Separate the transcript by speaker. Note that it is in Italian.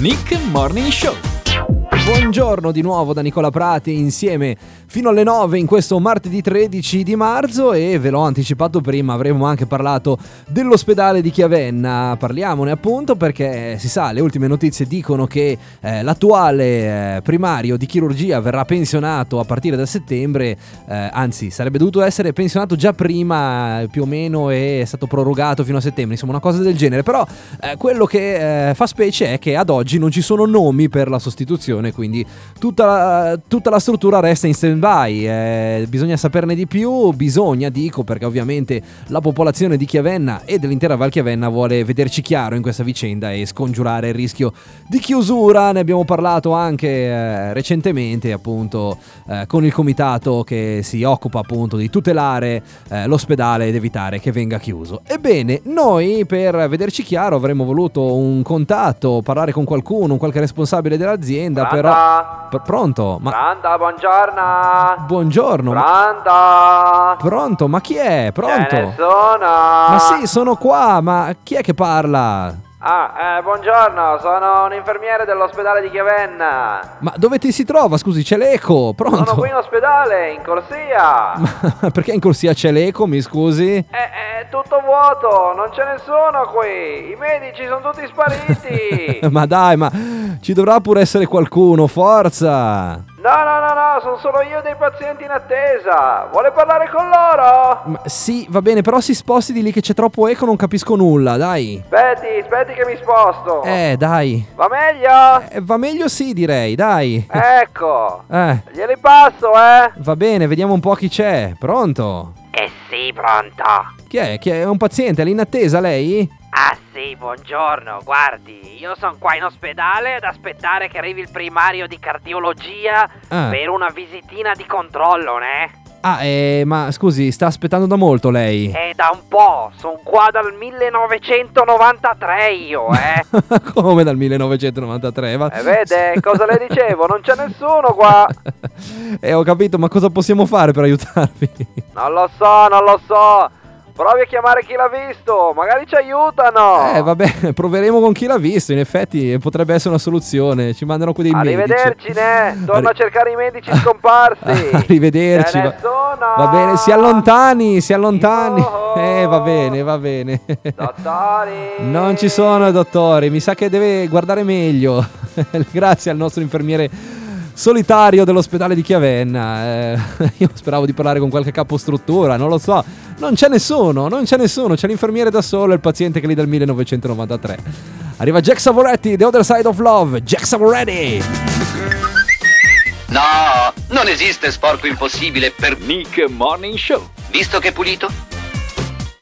Speaker 1: Nick Morning Show.
Speaker 2: Buongiorno di nuovo da Nicola Prati insieme fino alle 9 in questo martedì 13 di marzo e ve l'ho anticipato prima, avremo anche parlato dell'ospedale di Chiavenna, parliamone appunto perché eh, si sa, le ultime notizie dicono che eh, l'attuale eh, primario di chirurgia verrà pensionato a partire da settembre, eh, anzi sarebbe dovuto essere pensionato già prima eh, più o meno e è stato prorogato fino a settembre, insomma una cosa del genere, però eh, quello che eh, fa specie è che ad oggi non ci sono nomi per la sostituzione, quindi tutta la, tutta la struttura resta in stand-by. eh, bisogna saperne di più, bisogna, dico, perché ovviamente la popolazione di Chiavenna e dell'intera Val Chiavenna vuole vederci chiaro in questa vicenda e scongiurare il rischio di chiusura. Ne abbiamo parlato anche eh, recentemente, appunto, eh, con il comitato che si occupa appunto di tutelare eh, l'ospedale ed evitare che venga chiuso. Ebbene, noi per vederci chiaro avremmo voluto un contatto, parlare con qualcuno, un qualche responsabile dell'azienda, però...
Speaker 3: Pronta?
Speaker 2: Pr- pronto? Ma...
Speaker 3: Pronta, buongiorno.
Speaker 2: Buongiorno. ma-
Speaker 3: Pronta?
Speaker 2: Pronto? Ma chi è?
Speaker 3: C'è
Speaker 2: Pronto?
Speaker 3: nessuno?
Speaker 2: Ma sì, sono qua, ma chi è che parla?
Speaker 3: Ah, eh, buongiorno, sono un infermiere dell'ospedale di Chiavenna.
Speaker 2: Ma dove ti si trova? Scusi, c'è l'eco,
Speaker 3: Sono qui
Speaker 2: pronto?
Speaker 3: in ospedale, in corsia.
Speaker 2: Ma perché in corsia c'è l'eco, mi scusi?
Speaker 3: È, è Eh, tutto vuoto, non c'è nessuno qui. I medici sono tutti spariti.
Speaker 2: ma dai, ma ci dovrà pure essere qualcuno, forza!
Speaker 3: No, no, no, no, sono solo io dei pazienti in attesa. Vuole parlare con loro?
Speaker 2: Ma sì, va bene, però si sposti di lì che c'è troppo eco, non capisco nulla, dai.
Speaker 3: Aspetti, aspetti che mi sposto.
Speaker 2: Eh, dai.
Speaker 3: Va meglio?
Speaker 2: Eh, va meglio sì, direi, dai.
Speaker 3: Ecco.
Speaker 2: Eh,
Speaker 3: Glieli passo, eh?
Speaker 2: va bene, vediamo un po' chi c'è. Pronto?
Speaker 4: Eh sì, pronto.
Speaker 2: Chi è? Chi è? È un paziente, è lì in attesa lei?
Speaker 4: Ah sì, buongiorno, guardi, io sono qua in ospedale ad aspettare che arrivi il primario di cardiologia
Speaker 2: Ah.
Speaker 4: per una visitina di controllo, ne?
Speaker 2: Ah, eh, ma scusi, sta aspettando da molto lei.
Speaker 4: È Eh, da un po', sono qua dal 1993 io, eh.
Speaker 2: Come dal 1993? Va...
Speaker 3: Eh, vede, cosa le dicevo? Non c'è nessuno qua.
Speaker 2: eh, ho capito, ma cosa possiamo fare per aiutarvi?
Speaker 3: Non lo so, non lo so. Provi a chiamare chi l'ha visto, magari ci aiutano.
Speaker 2: Eh, vabbè, proveremo con chi l'ha visto, in effetti eh, potrebbe essere una soluzione. Ci mandano qui dei medici.
Speaker 3: Arrivederci, ne. Torna a
Speaker 2: Arri-
Speaker 3: cercare i medici scomparsi.
Speaker 2: Arrivederci.
Speaker 3: Ce ne
Speaker 2: va-
Speaker 3: sono.
Speaker 2: Va bene, si allontani, si allontani.
Speaker 3: Io-
Speaker 2: Eh, va bene, va bene.
Speaker 3: Dottori.
Speaker 2: Non ci sono dottori, mi sa che deve guardare meglio. Grazie al nostro infermiere solitario dell'ospedale di Chiavenna. Eh, io speravo di parlare con qualche capostruttura, non lo so. Non c'è nessuno, non c'è nessuno, c'è l'infermiere da solo e il paziente che è lì dal 1993. Arriva Jack Savoretti, The Other Side of Love, Jack Savoretti.
Speaker 5: No, non esiste sporco impossibile per
Speaker 1: Nick Morning Show.
Speaker 5: visto che è pulito.